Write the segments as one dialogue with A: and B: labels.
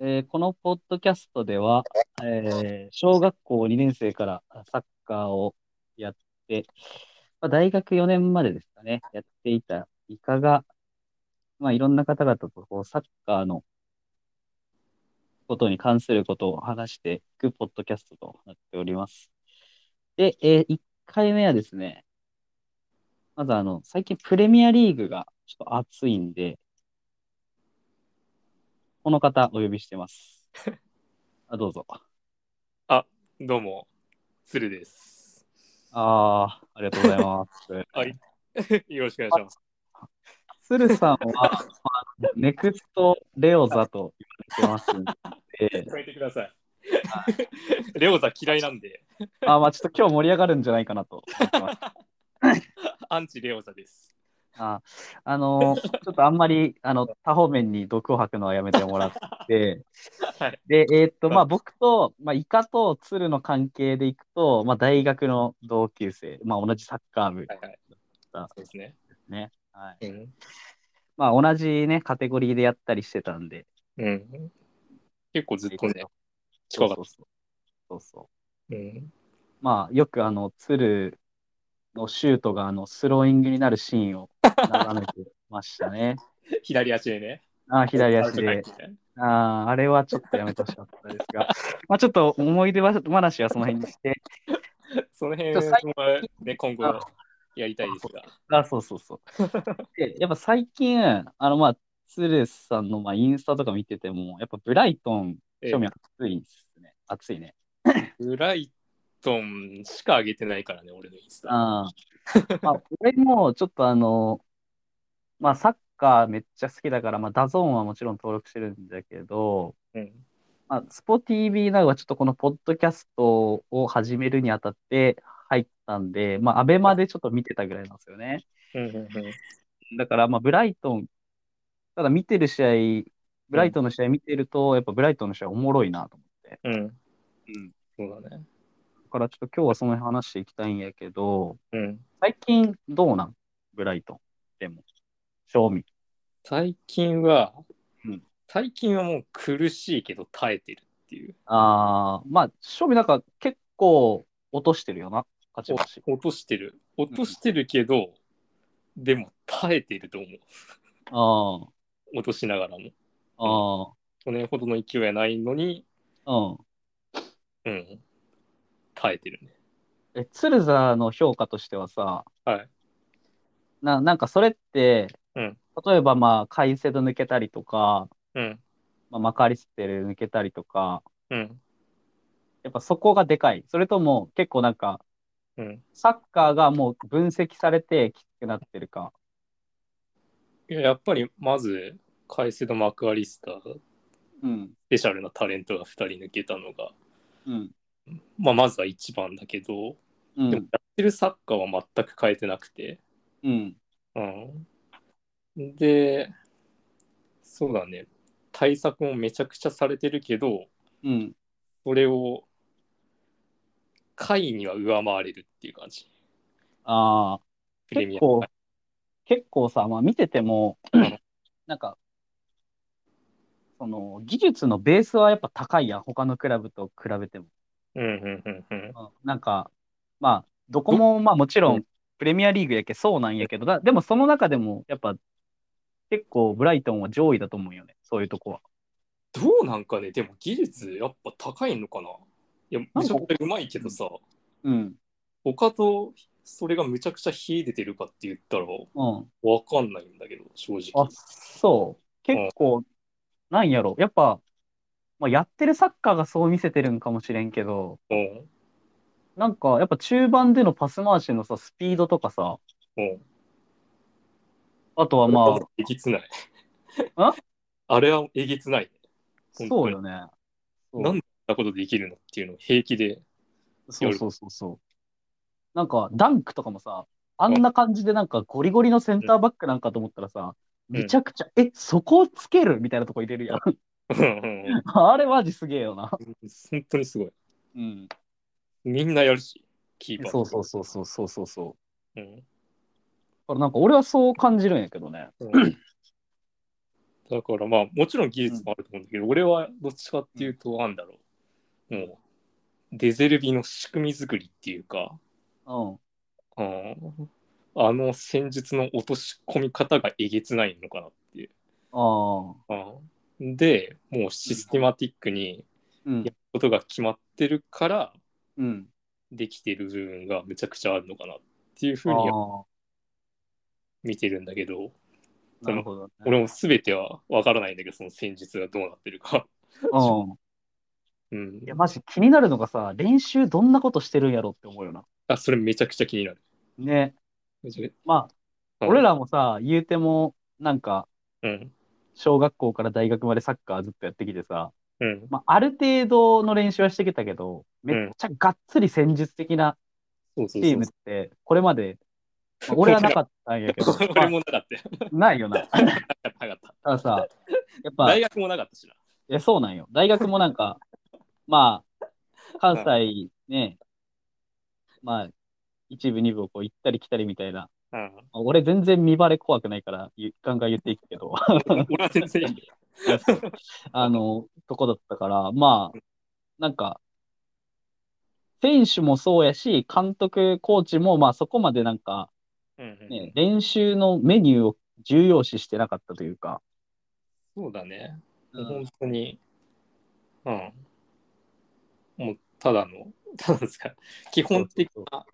A: えーこのポッドキャストでは、えー小学校2年生からサッカーをやって、まあ、大学4年までですかね、やっていたイカが、まあ、いろんな方々とこうサッカーのことに関することを話していくポッドキャストとなっております。で、え1回目はですね、まずあの、最近プレミアリーグがちょっと熱いんで、この方お呼びしてます。あ、どうぞ。
B: どうも、鶴です。
A: ああ、ありがとうございます。
B: はい。よろしくお願いします。
A: 鶴さんは、まあ、ネクストレオザと言われてますん で、
B: 変えてください。レオさん嫌いなんで、
A: あまあ、ちょっと今日盛り上がるんじゃないかなと思ってます。
B: アンチレオさです。
A: ああのちょっとあんまりあの多方面に毒を吐くのはやめてもらって、
B: はい
A: で、えーっと、まあ、僕と、まあ、イカと鶴の関係でいくと、まあ、大学の同級生、まあ、同じサッカー部
B: はいはい。
A: あ
B: そうですね。
A: ね。はい
B: うん。
A: まあ、同じね、カテゴリーでやったりしてたんで、
B: うん、結構ずっとね、近かっ
A: そうそうそうそうそう。
B: た。うん。
A: まあ、よくあの、鶴のシュートがあの、スローイングになるシーンを眺めてました ね。
B: 左足でね。
A: あー左足
B: アウ
A: で
B: ト。かいみ
A: あーあれはちょっとやめてほしかったですが、 まあちょっと思い出話はその辺にして、
B: たいな その辺
A: ちょ最
B: はね、今後やりたいですが。
A: あそうそうそう。 で、やっぱ最近、あの、まあ、鶴さんのまあインスタとか見てても、やっぱブライトン、
B: え
A: 興味熱いんですね。熱いね。
B: ブライトンしか上げてないからね、俺のインスタ。
A: ああ。まあ、俺もちょっとあの、まあ、サッカーめっちゃ好きだから、まあ、ダゾーンはもちろん登録してるんだけど、
B: うん。
A: まあ、スポ TV などはちょっとこのポッドキャストを始めるにあたって入ったんで、まあ、アベマでちょっと見てたぐらいなんですよね。
B: うんうん
A: だから、まあ、ブライトン、ただ見てる試合、ブライトンの試合見てると、やっぱブライトンの試合おもろいなと思って。
B: うん。うん。
A: うん。
B: そうだね。
A: だからちょっと今日はその辺話していきたいんやけど、
B: うん。
A: 最近どうなんブライトン。でも、賞味。
B: 最近は、
A: うん
B: 最近はもう苦しいけど耐えてるっていう
A: ああ、まあ、勝負なんか結構落としてるよな、勝ち
B: お
A: 星。
B: 落としてる落としてるけど、でも耐えてると思う
A: あ
B: 落としながらも
A: あ、
B: 去年ほどの勢いはないのに
A: ああ、
B: うん耐えてるね
A: うん。え、鶴座の評価としてはさ、
B: はい
A: な、なんかそれって、
B: うん
A: 例えばまあ、カイセド抜けたりとか、
B: うん
A: まあ、マカリステル抜けたりとか、
B: うん
A: やっぱそこがでかい。それとも結構なんか、
B: うん
A: サッカーがもう分析されてきつくなってるか。
B: いややっぱりまずカイセド・マクアリスタース
A: うん、
B: ペシャルなタレントが2人抜けたのが、
A: うん、
B: まあ、まずは一番だけど、
A: う
B: でも
A: ん、
B: やってるサッカーは全く変えてなくて、
A: うん、
B: うん、で、そうだね、対策もめちゃくちゃされてるけど、
A: うん。
B: それを回には上回れるっていう感じ、
A: ああ。
B: プレミ
A: 結
B: ア
A: 構、結構さ、まあ、見てて も
B: ん、
A: なんか、その技術のベースはやっぱ高いやん、他のクラブと比べても。
B: うんうんうんうん。
A: なんか、まあ、どこも、まあもちろ
B: うん
A: プレミアリーグやけそうなんやけど、だでもその中でも、やっぱ、結構ブライトンは上位だと思うよね、そういうとこは。
B: どうなんかね、でも技術やっぱ高いのかな。いや、めちゃくちゃうまいけどさ、
A: うん。
B: 他とそれがむちゃくちゃ秀でてるかって言ったら
A: うん。
B: わかんないんだけど、正
A: あ
B: 直。、
A: そう。結構、なんやろ。やっぱ、まあ、やってるサッカーがそう見せてるんかもしれんけど、
B: うん、
A: なんか、やっぱ中盤でのパス回しのさ、スピードとかさ、
B: うん。
A: あとは
B: あれ
A: ま
B: はえげつない。
A: あ
B: あれはえげつない。
A: あ、そうよね。そう
B: なんでそんなことできるのっていうのを平気で。
A: そうそうそうそう。なんか、ダンクとかもさ、あんな感じでなんかゴリゴリのセンターバックなんかと思ったらさ、
B: うん
A: めちゃくちゃ、え、そこをつけるみたいなとこ入れるやん。 あれマジすげえよな。
B: 本当にすごい。
A: うん。
B: みんなやるし、キーパー。
A: そうそうそうそうそうそうそう。
B: うん。
A: だからなんか俺はそう感じるんやけどね。
B: うんだからまあもちろん技術もあると思うんだけど、俺はどっちかっていうとなんだろう、もうデゼルビの仕組み作りっていうか、
A: うん。
B: うんあの戦術の落とし込み方がえげつないのかなっていう。
A: ああ。
B: うんでもうシステマティックに
A: うん
B: や。ることが決まってるから
A: うん。
B: できてる部分がめちゃくちゃあるのかなっていうふ
A: あ
B: うには
A: あ。
B: 見てるんだけど
A: なるほど、ね。
B: 俺も全てはわからないんだけどその戦術がどうなってるか。
A: うん。
B: うん
A: いや、マジ気になるのがさ、練習どんなことしてるんやろって思うよな。
B: あそれめちゃくちゃ気になる。
A: ね。
B: めちゃく
A: まあ、
B: うん
A: 俺らもさ、言うても、なんか、
B: うん
A: 小学校から大学までサッカーずっとやってきてさ、
B: うん
A: まあ、ある程度の練習はしてきたけど、めっちゃがっつり戦術的な
B: そう
A: チ
B: そうそ
A: ー
B: う、
A: ムって、これまで、まあ俺はなかったんやけど
B: 俺もなかったよ。
A: まあないよな。た
B: なかった。
A: ださ、やっぱ、
B: 大
A: い
B: 学もなかったしな。
A: やそうなんよ。大学もなんか、まあ、関西ね、まあ、一部、二部をこう行ったり来たりみたいな、
B: うん、
A: まあ俺全然見バレ怖くないから、ゆガンガン言っていくけど、
B: 俺は全然いいよ。
A: あの、とこだったから、まあ、なんか、選手もそうやし、監督、コーチも、まあそこまでなんか、
B: うんうん
A: ね、練習のメニューを重要視してなかったというか、
B: そうだね。
A: うん
B: 本当に。うん。もうただの、ただですか。基本的な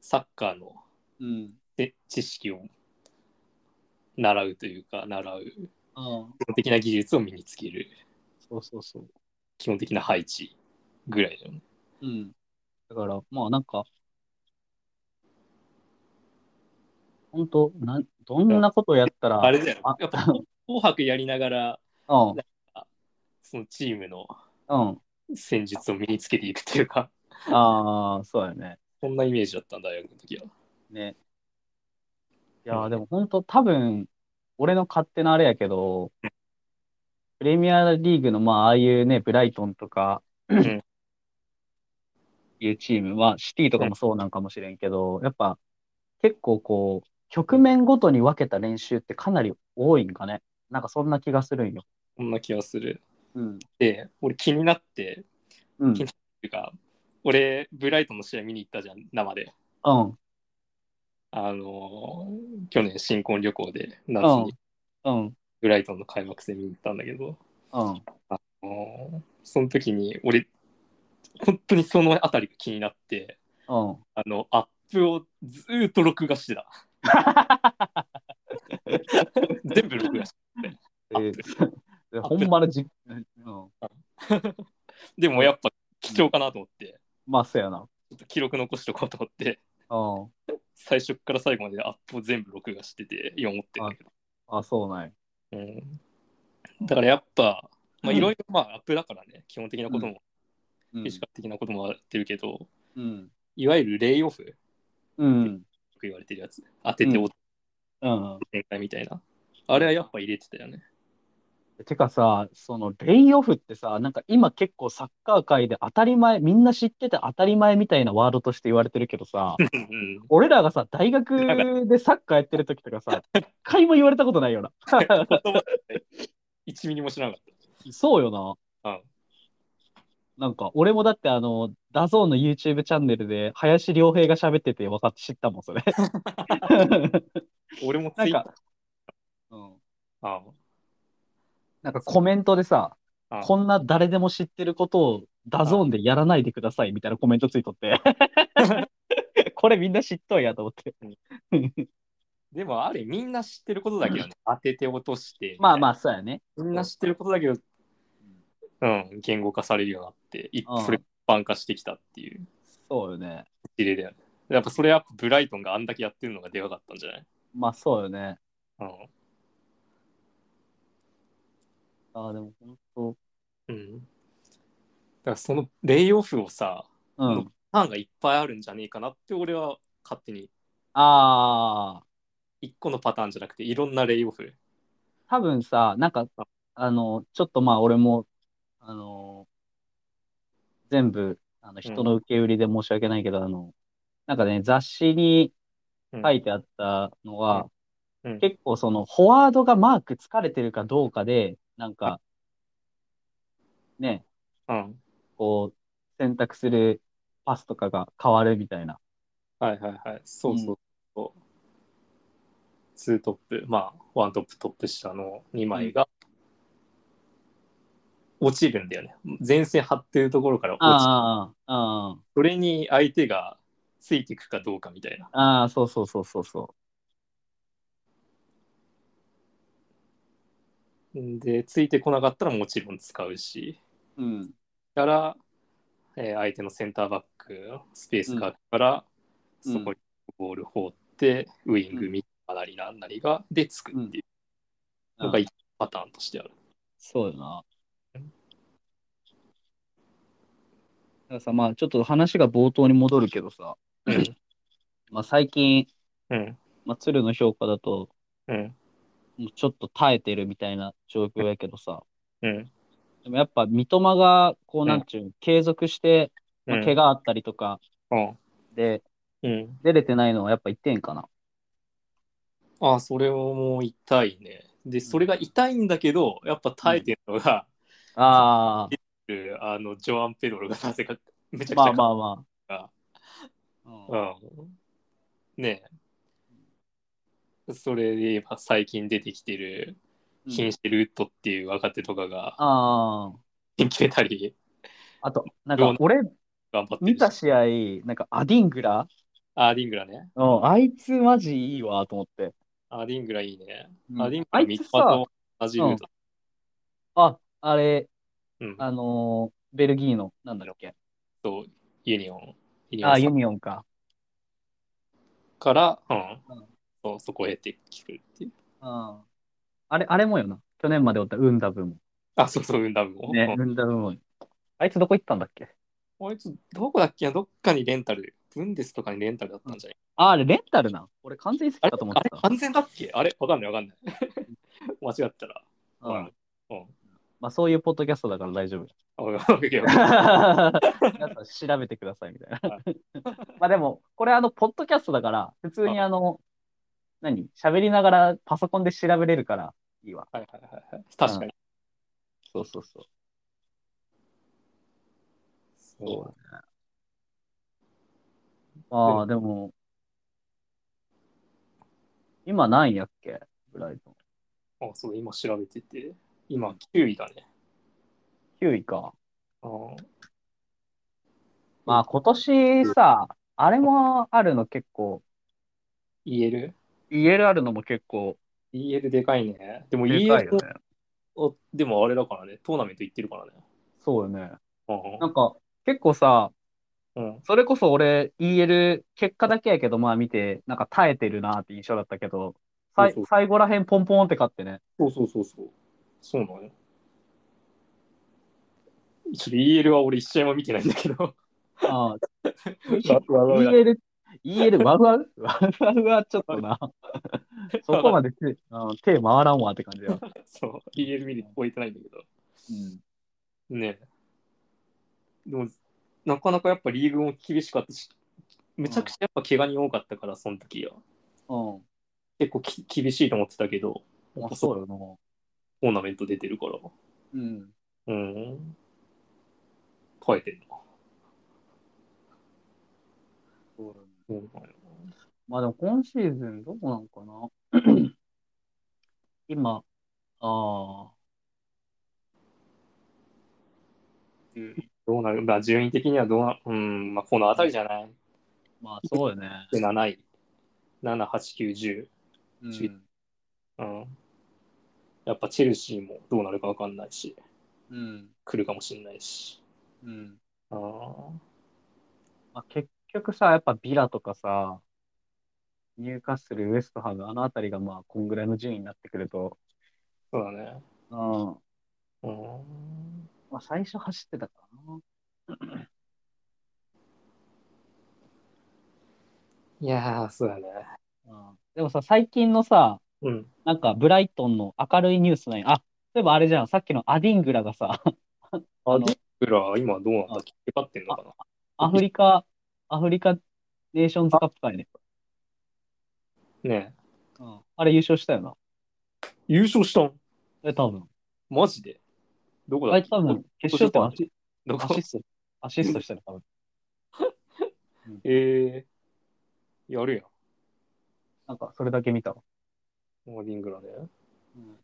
B: サッカーの
A: うん。
B: で知識を習うというか、習う。基
A: うん
B: 本的な技術を身につける。
A: そうそうそう。
B: 基本的な配置ぐらいだよね。
A: うん。だから、まあなんか、本当なん、どんなことをやったら、
B: あれだよ
A: あ。
B: やっぱ、紅白やりながら、
A: うん、
B: そのチームの
A: うん。
B: 戦術を身につけていくというか、
A: ああ、そうやね。
B: そんなイメージだったんだ、大学の時は。
A: ね。い
B: うん
A: やー、でも本当多分、俺の勝手なあれやけど、プレミアリーグのまあ、ああいうね、ブライトンとか
B: ん、
A: いうチームは、シティとかもそうなんかもしれんけど、やっぱ結構こう、局面ごとに分けた練習ってかなり多いんかね。なんかそんな気がするんよ。
B: そんな気がする。
A: うん。
B: で、俺気になって、
A: うん。
B: 気にっていうか、俺、ブライトンの試合見に行ったじゃん、生で。
A: うん。
B: あのー去年、新婚旅行で夏に
A: うん。
B: ブライトンの開幕戦見に行ったんだけど、
A: うん。
B: あのーその時に俺、本当にそのあたりが気になって、
A: うん。
B: あの、アップをずーっと録画 してた。全部録画して
A: えー ほんまのじ、うん。
B: た。でもやっぱ貴重かなと思って、
A: まあ、そうやな。
B: ちょっと記録残しとこうと思って、
A: うん。
B: 最初から最後までアップを全部録画してて、今思ってるんだけど。
A: あ、そうなんや。
B: うんだからやっぱ、まあ、
A: うん
B: いろいろまあアップだからね、基本的なことも、
A: うん
B: フィジカル的なこともやってるけど、
A: うん。
B: いわゆるレイオフと
A: うん。
B: 言われてるやつ、当てて
A: うん
B: お
A: うん。
B: 展開みたいな、あれはやっぱ入れてたよね。
A: てかさ、そのレイオフってさ、なんか今結構サッカー界で当たり前、みんな知ってて当たり前みたいなワードとして言われてるけどさ、
B: うん
A: 俺らがさ、大学でサッカーやってる時とかさ、一回も言われたことないよ な。
B: 1ミリもしなかっ
A: そうよな。
B: うん
A: なんか、俺もだってあの、ダゾーンの YouTube チャンネルで、林良平が喋ってて分かって知ったもん、そ れ。
B: た。俺もツ
A: な
B: イ
A: ん
B: ッター
A: か、うん、
B: あ
A: なんかコメントでさ、
B: あ
A: こんな誰でも知ってることをダゾーンでやらないでくださいみたいなコメントついと って。これみんな知っとんやと思って。
B: でもあれみんな知ってることだけどね、当てて落として、
A: まあまあ、そうやね。
B: みんな知ってることだけど、うん、言語化されるようになって、い
A: うん
B: それが一般化してきたっていう。
A: そうよね。
B: 事例だよね。やっぱそれやっぱブライトンがあんだけやってるのがでかかったんじゃない
A: まあそうよね。
B: う
A: ああ、でも本当。
B: ん。うん。だからそのレイオフをさ、
A: うん。
B: ファンがいっぱいあるんじゃねえかなって俺は勝手に、
A: ああ、
B: 一個のパターンじゃなくていろんなレイオフ。
A: 多分さ、なんか、あの、ちょっとまあ俺も、あの、全部、あの人の受け売りで申し訳ないけど、あの、なんかね、雑誌に
B: うん
A: 書いてあったのは、
B: うん
A: 結構そのフォワードがマーク疲れてるかどうかで、なんか、ね、
B: うん。
A: こう、選択するパスとかが変わるみたいな。
B: はいはいはい。そうそうそう。ツートップ、まあ、ワントップ、トップ下の2枚が落ちるんだよね。前線張ってるところから落ちる。
A: ああ、あ
B: それに相手がついていくかどうかみたいな。
A: あ、ああ、そうそうそうそうそ
B: で、ついてこなかったらもちろん使うし。
A: う。うん。
B: から、えー相手のセンターバックスペースがから、
A: うん
B: そこにボール放って、ウイングミッドなりなんなりがでつくっていうのが一パターンとしてある。
A: そうよな。だからさ、まあちょっと話が冒頭に戻るけどさ、
B: うん
A: まあ最近、
B: うん
A: まあ、鶴の評価だと、
B: うん
A: もうちょっと耐えてるみたいな状況やけどさ、
B: うん
A: でもやっぱ三笘が、こう
B: うん
A: なんちゅう、継続して、まあ、怪我あったりとか
B: うん
A: で
B: うん、
A: 出れてないのはやっぱ一点かな。
B: あそれをもう痛いね。でそれが痛いんだけどやっぱ耐えてるのが、
A: あ
B: えーあのジョアン・ペドロがなぜかめち
A: あ、
B: ゃくち
A: ま
B: ゃ
A: あまあま
B: あ
A: あ。
B: うん、ねえそれで言えば最近出てきてる
A: うん
B: ヒンシェルウッドっていう若手とかが
A: あ
B: 決めたり
A: あ。あと、なんか俺
B: 頑張ってる
A: 見
B: した
A: 試合、なんかアディングラ
B: アーディングラね。
A: うん、あいつマジいいわと思って。
B: アーディングラいいね。
A: うん
B: アーディング
A: あ
B: ラ
A: い
B: 三
A: つ
B: 笘
A: さ
B: と、同じルート。
A: あ、あれ、
B: うん。
A: あのーベルギーの、なんだっけ。
B: とユニオン。ユニオ
A: あ、
B: ン
A: ユ
B: さん
A: ニオンか。
B: から、うん
A: うん。
B: そうそこへって聞くっていう。
A: うん。あれ、あれもよな。去年までおったウンダブも。
B: あ、そうそう、ウンダムも。
A: ね、
B: う
A: ウンダブも。あいつどこ行ったんだっけ
B: んあいつ、どこだっけなどっかにレンタル。ブンデスとかにレンタルだったんじゃない、
A: あ、あれ、レンタルな。俺完全に好きか
B: あれ
A: と思っ
B: あ
A: て
B: れ
A: た。
B: 完全だっけあれわかんないわかんない。 間違ったら。
A: う
B: わ
A: ん。まあ、そういうポッドキャストだから大 丈夫。
B: かんないわかんないけど
A: 皆さん調べてくださいみたいな。 まあでも、これあの、ポッドキャストだから、普通にあの、何喋りながらパソコンで調べれるからいいわ。
B: はいはいはいはい。確かに。
A: そうそうそう。
B: そう
A: ああ、でも、今何位やっけブライト
B: あ、そう、今調べてて、今9位だね。
A: ン。9位か。
B: あー
A: まあ今年さ、あれもあるの結構、
B: EL?EL
A: EL あるのも結構、
B: EL でかいね。でも
A: でかい
B: EL
A: よね。
B: を、でもあれだからね、トーナメント行ってるからね。
A: そうよね。な
B: うん
A: か、結構さ、
B: ん。うん、
A: それこそ俺 EL 結果だけやけど、まあ見て、なんか耐えてるなって印象だったけど、さい
B: そうそう
A: 最後らへんポンポンって勝ってね。
B: そうそうそうそう。そうなのよ。ちょっと EL は俺一試合も見てないんだけど。
A: ああ
B: わわわ
A: EL、EL ワウワウワウワウはちょっとな、そこまで手あの手回らんわって感じだ よ。
B: そう、EL 見に置いてないんだけど。
A: うん
B: ねえでも、なかなかやっぱリーグも厳しかったし、めちゃくちゃやっぱ怪我に多かったから、その時は。
A: うん
B: 結構き厳しいと思ってたけど、や
A: まあ、
B: っぱ
A: そ
B: そう
A: うよな。
B: トーナメント出てるから。
A: うん。
B: うん。耐えてるな。
A: まあでも今シーズンどこなんかな今、ああ、
B: どうなるまあ順位的にはどうなうん、まあ、この辺りじゃない
A: まあそうよね。
B: ?7 位。7、8、
A: うん
B: ち9、10。うん。やっぱチェルシーもどうなるかわかんないし、
A: うん。
B: 来るかもしれないし。
A: うん。
B: ああ。
A: まあ、結局さ、やっぱビラとかさ、ニューカッスル、ウエストハム、あのあたりがまあ、こんぐらいの順位になってくると、
B: そうだね。
A: うん。
B: うん。
A: まあ、最初走ってたからな。
B: いやー、そうだね。
A: うん。でもさ、最近のさ、
B: うん。
A: なんかブライトンの明るいニュースないあ、例えばあれじゃん、さっきのアディングラが さ、
B: あ
A: の
B: ディグラ、今どうなんだっけかってんのかな
A: アフリカ、アフリカネーションズカップ会ね。
B: ね
A: うん。あれ優勝したよな。
B: 優勝したん
A: え、多分。
B: マジでどこだ
A: あ
B: っ
A: い
B: け
A: つ多分、決勝点アシ
B: ど
A: ア
B: こ
A: シスト、アシストしたよ、多分。
B: えー、やるやん。
A: なんか、それだけ見たわ。
B: モーディングラで。
A: うん。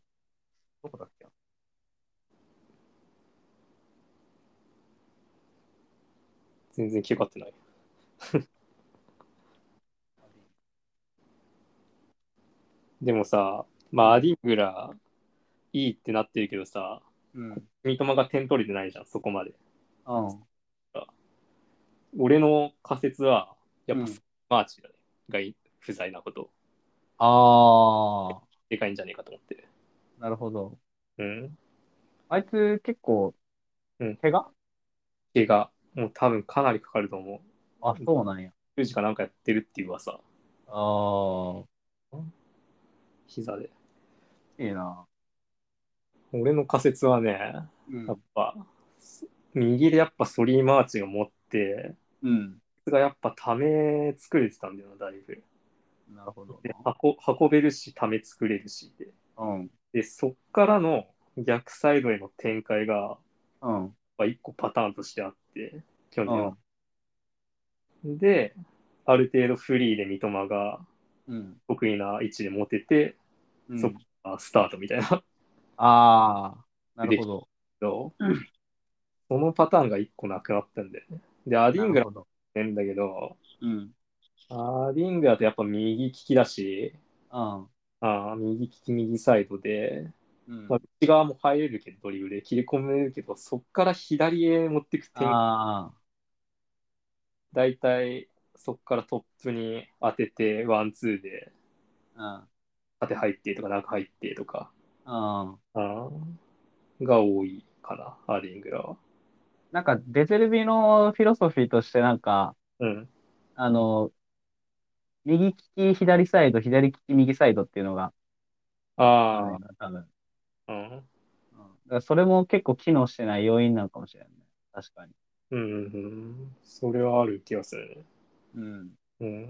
A: どこだっけ
B: 全然気 がってない。でもさ、まあ、アディングラいいってなってるけどさ、
A: うん。うん。
B: 三笘が点取れてないじゃん、そこまで。
A: あ
B: 俺の仮説は、やっ
A: う
B: ぱ
A: ん
B: スマーチが,、ねがい不在なこと、
A: あ
B: でかいんじゃねえかと思ってる。
A: ー、なるほど。
B: うん。
A: あいつ結構、
B: うん
A: 怪我
B: 怪我、もう多分かなりかかると思う。
A: あ、そうなんや。
B: 十字かなんかやってるっていう噂、
A: あー、
B: 膝で。
A: いいな。
B: 俺の仮説はね、
A: うん
B: やっぱ、右でやっぱソリーマーチを持って、
A: うん。
B: がやっぱため作れてたんだよな、だいぶ。
A: なるほど
B: で運運べるし、ため作れるしで。
A: な。うん。
B: で、そっからの逆サイドへの展開が、やっ
A: うん。
B: ぱ一個パターンとしてあって、去年は
A: う。
B: で、ある程度フリーで三笘が
A: ん。
B: 得意な位置で持てて、
A: うん。
B: そっあスタートみたいな。
A: あー、なるほど。
B: そのパターンが一個なくなったんだよね。で、アディン
A: な
B: グラ
A: る
B: も
A: ほど
B: いるんだけど、
A: うん。
B: アディングラってやっぱ右利きだし、
A: うん。
B: あー右利き右サイドで、
A: うん
B: まあ、内側も入れるけどドリブルで切り込めるけど、そっから左へ持ってく点、
A: あ
B: だいたいそっからトップに当てて、ワンツーで
A: ー、
B: 縦入ってとか中入ってとか、
A: うん。うん。
B: あーが多いかな、アディングラは。
A: なんか、デゼルビのフィロソフィーとして、なんか、
B: うん。
A: あの、右利き左サイド、左利き右サイドっていうのが、あの
B: あ
A: 多分。
B: あ、うん。
A: うんだからそれも結構機能してない要因なのかもしれないね。確かに。
B: うんうんうん。それはある気がするね。
A: うん。
B: うん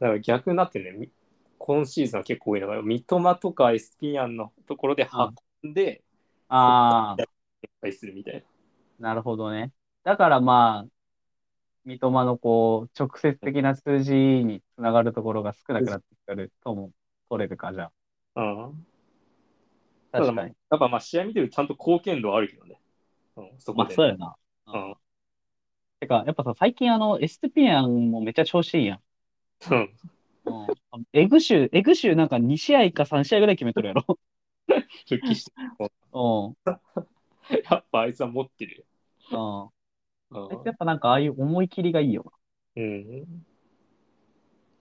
B: だから逆になってね、み今シーズンは結構多いのが、三笘とかエスピアンのところで運んで、
A: ああ、
B: 展開するみたい
A: なるほどね。だからまあ、三笘のこう、直接的な数字につながるところが少なくなってくるとも取れるか、じゃ
B: な。うん、
A: あ。
B: ただ
A: 確か
B: まあ、や
A: に
B: っ。ぱまあ試合見てるとちゃんと貢献度はあるけどね。うん、そこ
A: まあ、
B: で。
A: そうやな。
B: うん
A: てか、やっぱさ、最近あの、エステピアンもめっちゃ調子いいやん。
B: うん
A: エグシュ、エグシュなんか2試合か3試合ぐらい決めとるやろ。
B: 復帰して。
A: うん。
B: やっぱあいつは持ってる
A: うん。
B: よ。
A: やっぱなんかああいう思い切りがいいよな。
B: うん。うん、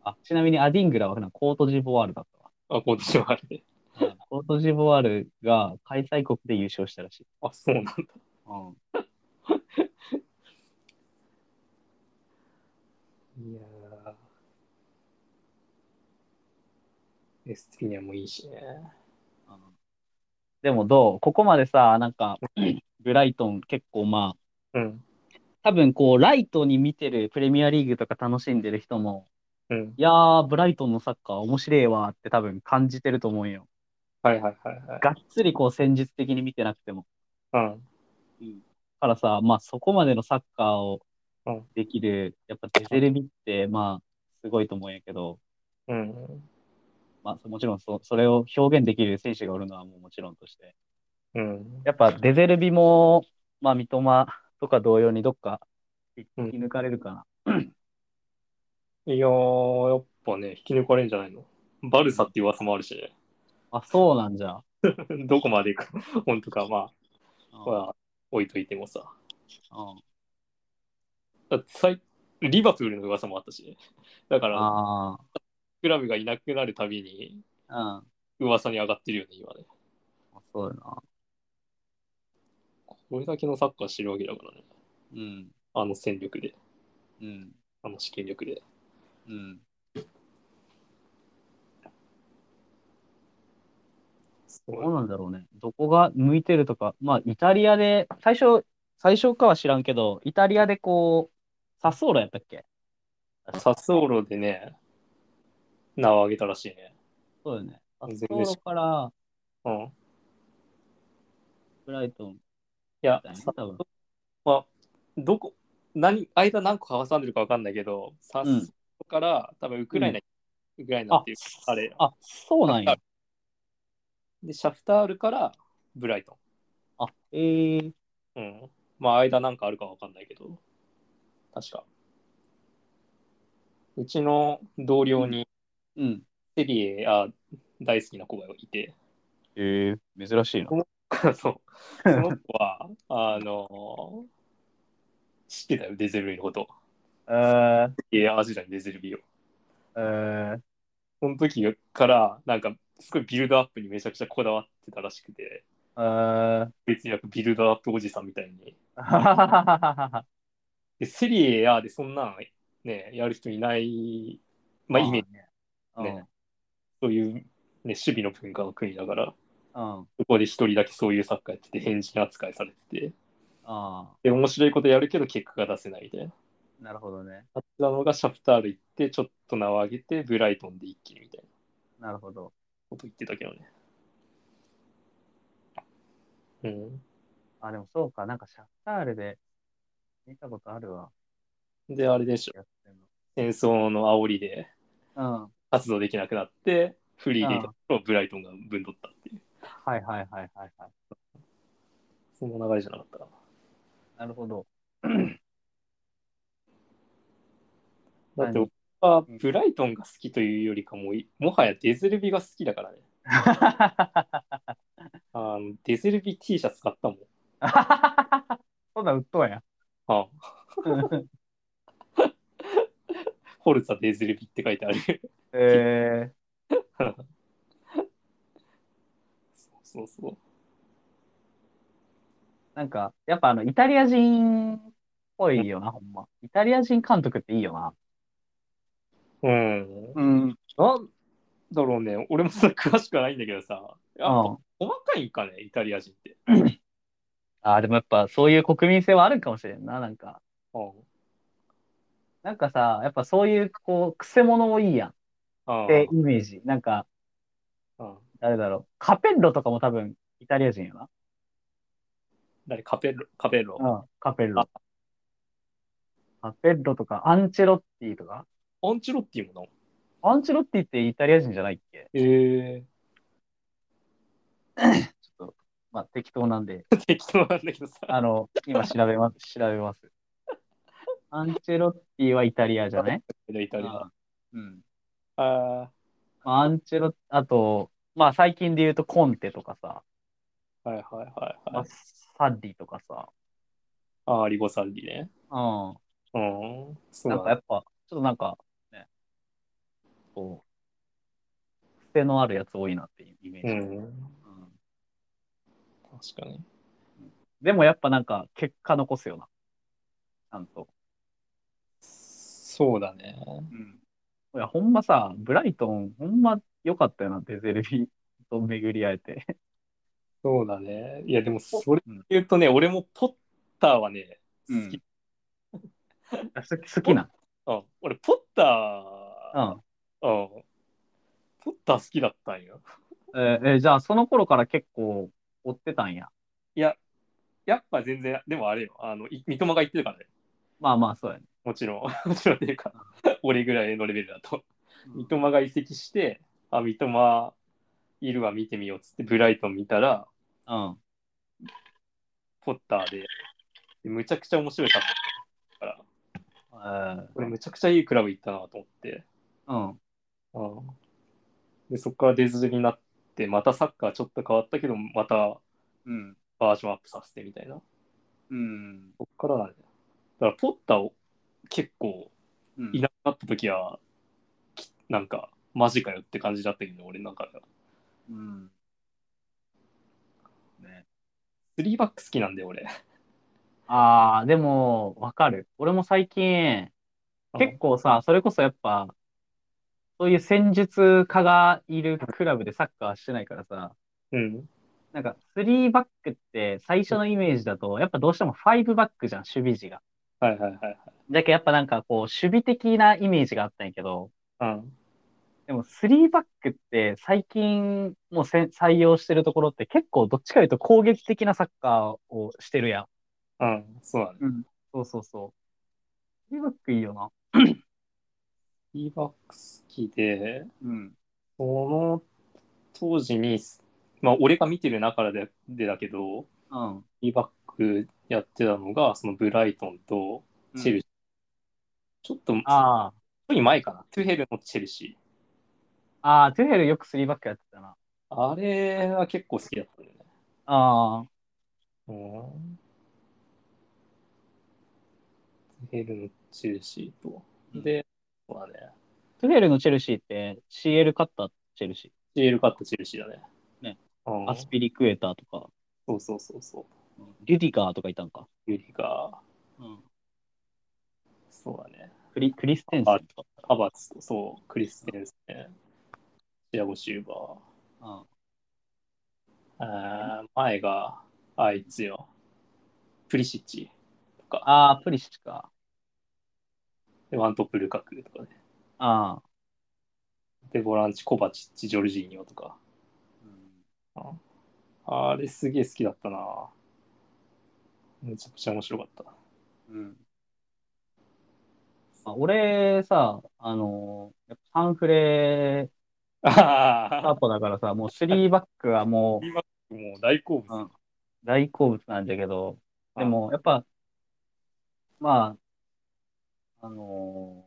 A: あ、ちなみにアディングラはなんかコートジボワールだったわ。
B: あ、今年はあれ。
A: コートジボワールが開催国で優勝したらしい。
B: あ、そうなんだ。
A: うん。
B: いやーエスピアンもいいしね。
A: あのでもどうここまでさ、なんか、ブライトン結構まあ、
B: うん。
A: 多分こう、ライトに見てるプレミアリーグとか楽しんでる人も、
B: うん。
A: いやー、ブライトンのサッカー面白いわって多分感じてると思うんよ。
B: はいはいはいはい。
A: がっつりこう戦術的に見てなくても。
B: うん。
A: だからさ、まあそこまでのサッカーを
B: うん
A: できる、やっぱデゼルビってまあすごいと思うんやけど、
B: うん。
A: まあもちろんそそれを表現できる選手がおるのはもうもちろんとして。
B: うん。
A: やっぱデゼルビも、まあ三笘とか同様にどっか引
B: うん
A: き抜かれるかな。
B: いやー、やっぱね、引き抜かれんじゃないの。バルサっていう噂もあるしね。
A: あ、そうなんじゃ。
B: どこまで行くか、本当か、ま
A: うん
B: あ、まあ、置いといてもさ。
A: うん
B: だって最リバプールの噂もあったしね。だから、
A: あ
B: クラブがいなくなるたびに、
A: あ、うん。
B: 噂に上がってるよね、今ね。
A: そうやな。
B: これだけのサッカーしてるわけだからね。
A: うん。
B: あの戦力で、
A: うん。
B: あの資金力で。
A: うん。
B: す
A: ど
B: ご
A: う
B: い。
A: なんだろうね。どこが向いてるとか、まあ、イタリアで、最初、最初かは知らんけど、イタリアでこう、サッソーロやったっけ
B: サスオロでね、名を挙げたらしいね。
A: そうだよね。あ
B: 全
A: そ
B: 然
A: こから
B: うん。い
A: ブライトン
B: や
A: だ、よね、
B: さ
A: 多分。
B: まあ、どこ、何、間何個挟んでるかわかんないけど、さ
A: うん
B: そこから、多分ウクライナ、ウクライナっていう、あれ、
A: あ、そうなんや。
B: で、シャフタールからブライト
A: あ、えー、
B: ン。うん。まあ、間なんかあるかわかんないけど、確か。うちの同僚に
A: うん。
B: セリエあ大好きな子がいて、
A: えー、珍しいな。
B: そう。その子は、あの知ってたよ、デゼルビーのこと。
A: え
B: いや、アジアにデゼルビーを。
A: ー、え
B: その時から、なんか、すごいビルドアップにめちゃくちゃこだわってたらしくて、
A: ー、え
B: 別になんかビルドアップおじさんみたいに。
A: ー。
B: で、セリエ A でそんなん、ね、やる人いない、 まあ、イメージ、
A: あね。
B: そういう、ね、守備の文化の国だから、
A: うん。うん。
B: そこで一人だけそういうサッカーやってて、変人扱いされてて、
A: あ
B: で、面白いことやるけど、結果が出せないみたいな。
A: あ、なるほどね。
B: あったのがシャフタール行って、ちょっと名を上げて、ブライトンで一気にみたいな
A: なるほど。
B: こと言ってたけどね。うん。
A: あ、でもそうか。なんかシャッタールで見たことあるわ。
B: で、あれでしょ、
A: やってん
B: 戦争の煽りで
A: のうん。
B: 活動できなくなって、フリーでいたところをブライトンがぶんどったっていう。
A: はいはいはいはいはい。
B: その流れじゃなかったかな。
A: なるほど。
B: だっ
A: 何
B: て僕はブライトンが好きというよりかもい、もはやデゼルビが好きだからね。あのデゼルビ T シャツ買ったもん。
A: そんなんうっとうや。
B: あホルツァデゼルビって書いてある。
A: え
B: そうそうそう。
A: ー、なんか、やっぱあの、イタリア人っぽいよな、ほんま。イタリア人監督っていいよな。
B: うん。
A: うん。
B: なんだろうね。俺もそれ詳しくはないんだけどさ。やっぱ細かいんかね、イタリア人って。
A: ああ、でもやっぱそういう国民性はあるかもしれんな、なんか。
B: うん。
A: なんかさ、やっぱそういう、こう、くせ者もいいやんっ
B: うん。
A: てイメージ。なんか、
B: うん
A: 誰だろう。カペッロとかも多分、イタリア人よな。
B: 誰カペロ、カペロ。
A: うん、カペッロ。カペッロとか、アンチェロッティとか。
B: アンチェロッティもな。
A: アンチェロッティってイタリア人じゃないっけ
B: え
A: ちょっと、まあ、適当なんで、
B: ー、適当なんだけどさ。
A: あの、今調べます、 調べます。アンチェロッティはイタリアじゃない
B: イタリア。あ
A: うん。
B: あ
A: まあ、アンチェロ、あと、まあ、最近で言うとコンテとかさ、
B: ー、はいはいはい
A: ま
B: は
A: あ
B: い。
A: サッリとかさ、
B: あーリゴサンディね。
A: うん。
B: うん。そう
A: なんか
B: だ
A: や
B: ね
A: っぱ、ちょっとなんか、ね、こう、癖のあるやつ多いなっていうイメー
B: う
A: ジ。
B: ん。
A: うん
B: 確かに。
A: でもやっぱなんか、結果残すよな。ちゃんと。
B: そうだね。
A: うん。いや、ほんまさ、ブライトン、ほんま良かったよな、デゼルビと巡り合えて。
B: そうだね。いや、でも、それ
A: うん
B: 言うとね、俺もポッターはね、好き。
A: あ好き好きな。
B: うん。俺、ポッタ
A: うん。
B: ー、うん。ポッター好きだったんよ。
A: えーえーじゃあ、その頃から結構追ってたんや。
B: いや、やっぱ全然、でもあれよ、あの、い三笘が言ってるからね。
A: まあまあ、そうやね。
B: もちろん、も ちろんってい うか、俺ぐらいのレベルだと。
A: うん
B: 三笘が移籍して、あ、三笘いるわ、見てみようっつって、ブライトン見たら、
A: うん。
B: ポッターで、でむちゃくちゃ面白いサッカーだから、
A: えー
B: これむちゃくちゃいいクラブ行ったなと思って、
A: うん。
B: うんで、そこから出ずになって、またサッカーちょっと変わったけど、また
A: うん。
B: バージョンアップさせてみたいな。
A: うん。
B: そこからなんだよ。だから、ポッターを結構、
A: うん
B: いなくなった時は、きなんか、マジかよって感じだったけど、俺なんか、
A: うん。ね。
B: 3バック好きなんだよ、俺。
A: ああ、でも、わかる。俺も最近、結構さ、それこそやっぱ、そういう戦術家がいるクラブでサッカーしてないからさ、
B: うん。
A: なんか、3バックって最初のイメージだと、やっぱどうしても5バックじゃん、守備時が。
B: はいはいはい
A: だけどやっぱなんかこう、守備的なイメージがあったんやけど、
B: はい。うん。
A: でも、3バックって最近もうせ採用してるところって結構どっちかというと攻撃的なサッカーをしてるやん。
B: うん、そうだね。
A: そうそうそう。3バックいいよな。
B: リーバックス好きで、
A: うん。
B: その当時に、まあ、俺が見てる中ででだけど、
A: うん。
B: リーバックやってたのが、そのブライトンとチェルシー。ちょっと、ちょっ
A: あ
B: と前かな。トゥヘルのチェルシ
A: あ、ああ、トゥヘルよく3バックやってたな。
B: ー。あれは結構好きだったんだよね。
A: ああ、
B: うん。トゥヘルのチェルシーと。で、そうだね。
A: トゥヘルのチェルシーって CL 勝ったチェルシ
B: CL 勝ったチェルシーだね。
A: ね。
B: うん
A: ー、アスピリクエーターとか、
B: そうそうそうそう。
A: リュディガーとかいたんか。
B: ユリが、
A: うん。
B: そうだね。
A: クリクリステンセンとか。
B: ハバーツと、そう、クリステンスね。シアゴ・シューバー。
A: うん
B: あー前が、あいつよ。プリシッチとか、
A: ああ、プリシッチか。
B: でワントップ・ルカクとかね。
A: ああ。
B: で、ボランチ・コバチッチ・ジョルジーニョとか。あれすげえ好きだったな。めちゃくちゃ面白かった。
A: うん。あ俺さ、あのーやっぱサンフレスタ
B: ああ
A: ー、トだからさ、もう3バックはも
B: もう大好物。
A: う大好物なんだけど、で、も、やっぱ、まあ、あの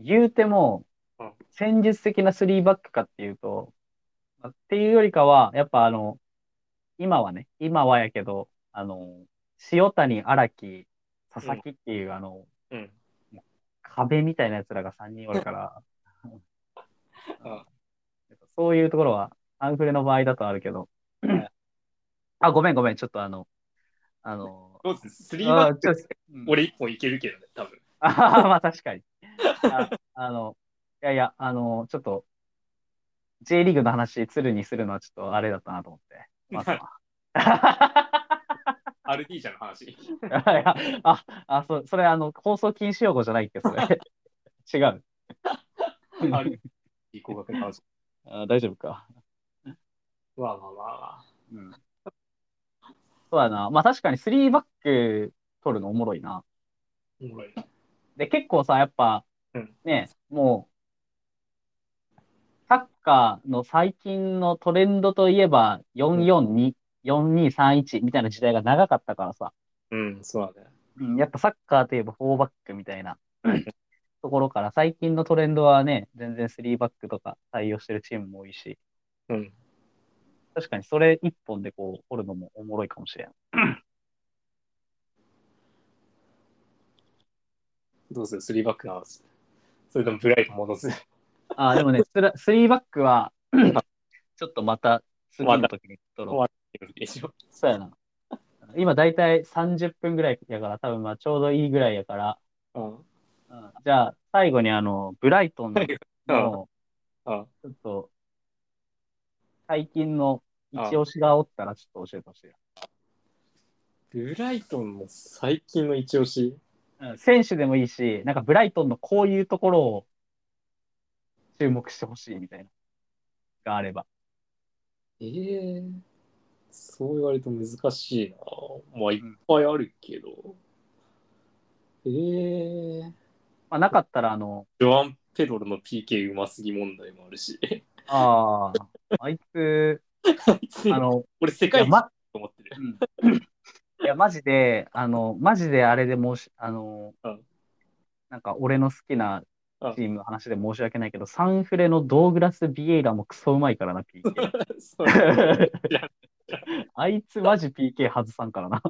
A: ー言うても
B: うん、
A: 戦術的な3バックかっていうと、まあっていうよりかは、やっぱあの、今はね、今はやけど、あのー塩谷、荒木、佐々木っていう、あの、
B: うん。
A: 壁みたいな奴らが3人おるから、
B: うん
A: そういうところは、アンフレの場合だとあるけど
B: ん、
A: あ、ごめんごめん、ちょっとあの、あの
B: どうするスリ
A: ー
B: ーバッ
A: あち
B: ク
A: ょっとうん
B: 俺一本いけるけどね、多分。
A: あ あ、まあ確かに。ああの、いやいや、あの、ちょっと、J リーグの話、鶴にするのはちょっとあれだったなと思って。まずは
B: アルディージャの話。
A: いや あ、あ、そう、それ、あの、放送禁止用語じゃないっけ、それ。 違う。
B: アルディージャ工学の話。
A: あ大丈夫か。
B: わあまあまあまあ。
A: うん。そうだな。まあ確かに3バック取るのおもろいな。
B: おもろいな。
A: で、結構さ、やっぱ
B: うん、
A: ね、もう、サッカーの最近のトレンドといえば、442、4231みたいな時代が長かったからさ、
B: うん、そうだね。
A: うんやっぱサッカーといえば4バックみたいなところから、最近のトレンドはね、全然3バックとか採用してるチームも多いし、
B: うん。
A: 確かにそれ一本でこう、掘るのもおもろいかもしれん。
B: どうするスリーバックの話。それともブライト戻 す。
A: ああ、でもね、スラ3バックは、ちょっとまた、次の時に取ろう。そうやな。今だいたい30分ぐらいやから、多分まあちょうどいいぐらいやから、
B: うん。
A: じゃあ最後にあの、ブライトンの、
B: うん
A: ち
B: う
A: ょ
B: ん。
A: っと、最近の一押しがおったらちょっと教えてほしい。
B: ブライトンの最近の一押し。
A: うん選手でもいいし、なんかブライトンのこういうところを注目してほしいみたいな、があれば。
B: ええそう言われると難しいな。まあ、いっぱいあるけど。ええ
A: まあなかったらあの、
B: ジョアン・ペドロの PK うますぎ問題もあるし。
A: ああ、あいつ、あの、
B: 俺、世
A: い
B: 界
A: や
B: 一
A: ま
B: と思ってる。
A: いや、マジで、あの、マジであれで申し、あの、
B: うん
A: なんか俺の好きなチームの話で申し訳ないけど、サンフレのドーグラス・ビエイラもクソうまいからな、PK。
B: そう
A: あいつマジ PK 外さんから な。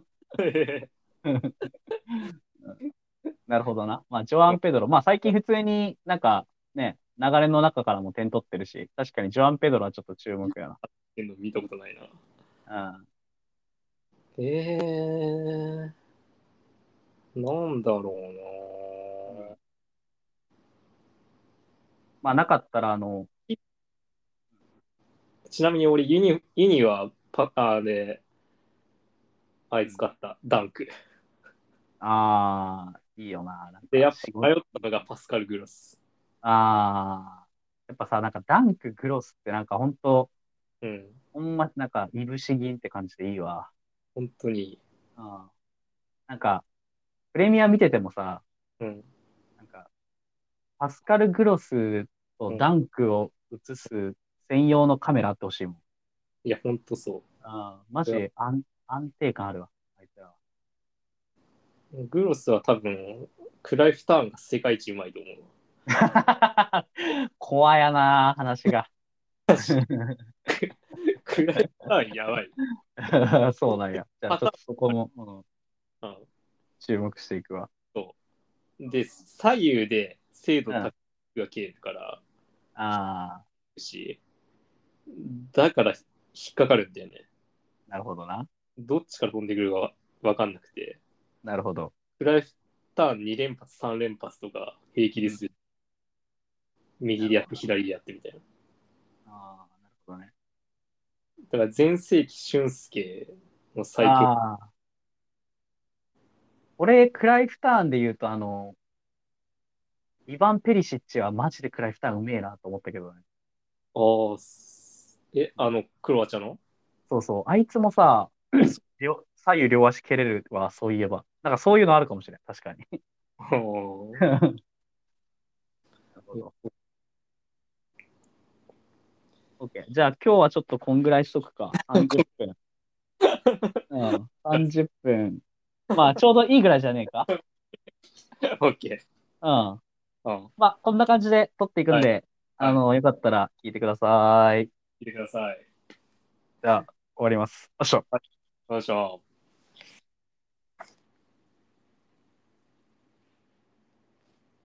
A: なるほどな。まあ、ジョアン・ペドロ、まあ最近普通になんかね、流れの中からも点取ってるし、確かにジョアン・ペドロはちょっと注目や
B: 見たことないな。
A: な。
B: ええなんだろう
A: う
B: な。
A: ん。まあなかったら、あの、
B: ちなみに俺ユニ、ユニはパあーで、あいつ買った、ダンク。
A: ああ、いいよな。なんか
B: で、やっ
A: 仕事
B: ぱ迷ったのがパスカル・グロス。
A: ああ、やっぱさ、なんかダンク、クロスってなんか本当
B: うん。
A: ほんま、なんか、いぶし銀って感じでいいわ。
B: 本当に。
A: うん。なんか、プレミア見ててもさ、
B: うん。
A: なんか、パスカル・グロスとダンクを映す専用のカメラあってほしいもん。
B: いや、本当そ
A: うん。マジ
B: いや
A: 安、安定感あるわ。あいつらは。
B: う。グロスは多分、クライフターンが世界一うまいと思う。
A: 怖やな話が。
B: クライフターンやばい。
A: そうなんや。じゃあ、ちょっとそこも、うん
B: うん
A: 注目していくわ。
B: で、左右で精度高くが切れるから、
A: ああ、
B: し、だから引っかかるんだよね。
A: なるほどな。
B: どっちから飛んでくるかわわかんなくて、
A: なるほど。
B: クライフターン2連発、3連発とか平気ですよ。右でやって、左でやってみたいな。
A: ああ、なるほどね。
B: だから全盛期俊介の最強。
A: ああ。俺、クライフターンで言うと、あの、イヴァン・ペリシッチはマジでクライフターンうめえなと思ったけどね。
B: あーすえ、あの、クロアチアの
A: そうそう。あいつも さ、両左右両足蹴れるわ、そういえば。なんかそういうのあるかもしれん。確かに。
B: あー
A: なるほど。OK。じゃあ今日はちょっとこんぐらいしとくか。30分。 うん。30分。まあちょうどいいぐらいじゃねえか。
B: オッケ
A: うん。
B: ー。うん。
A: まあ、こんな感じで撮っていくんで、あの、よかったら聞いてください。
B: 聞いてください。
A: じゃあ、終わります。よっしょ。
B: どうしよう。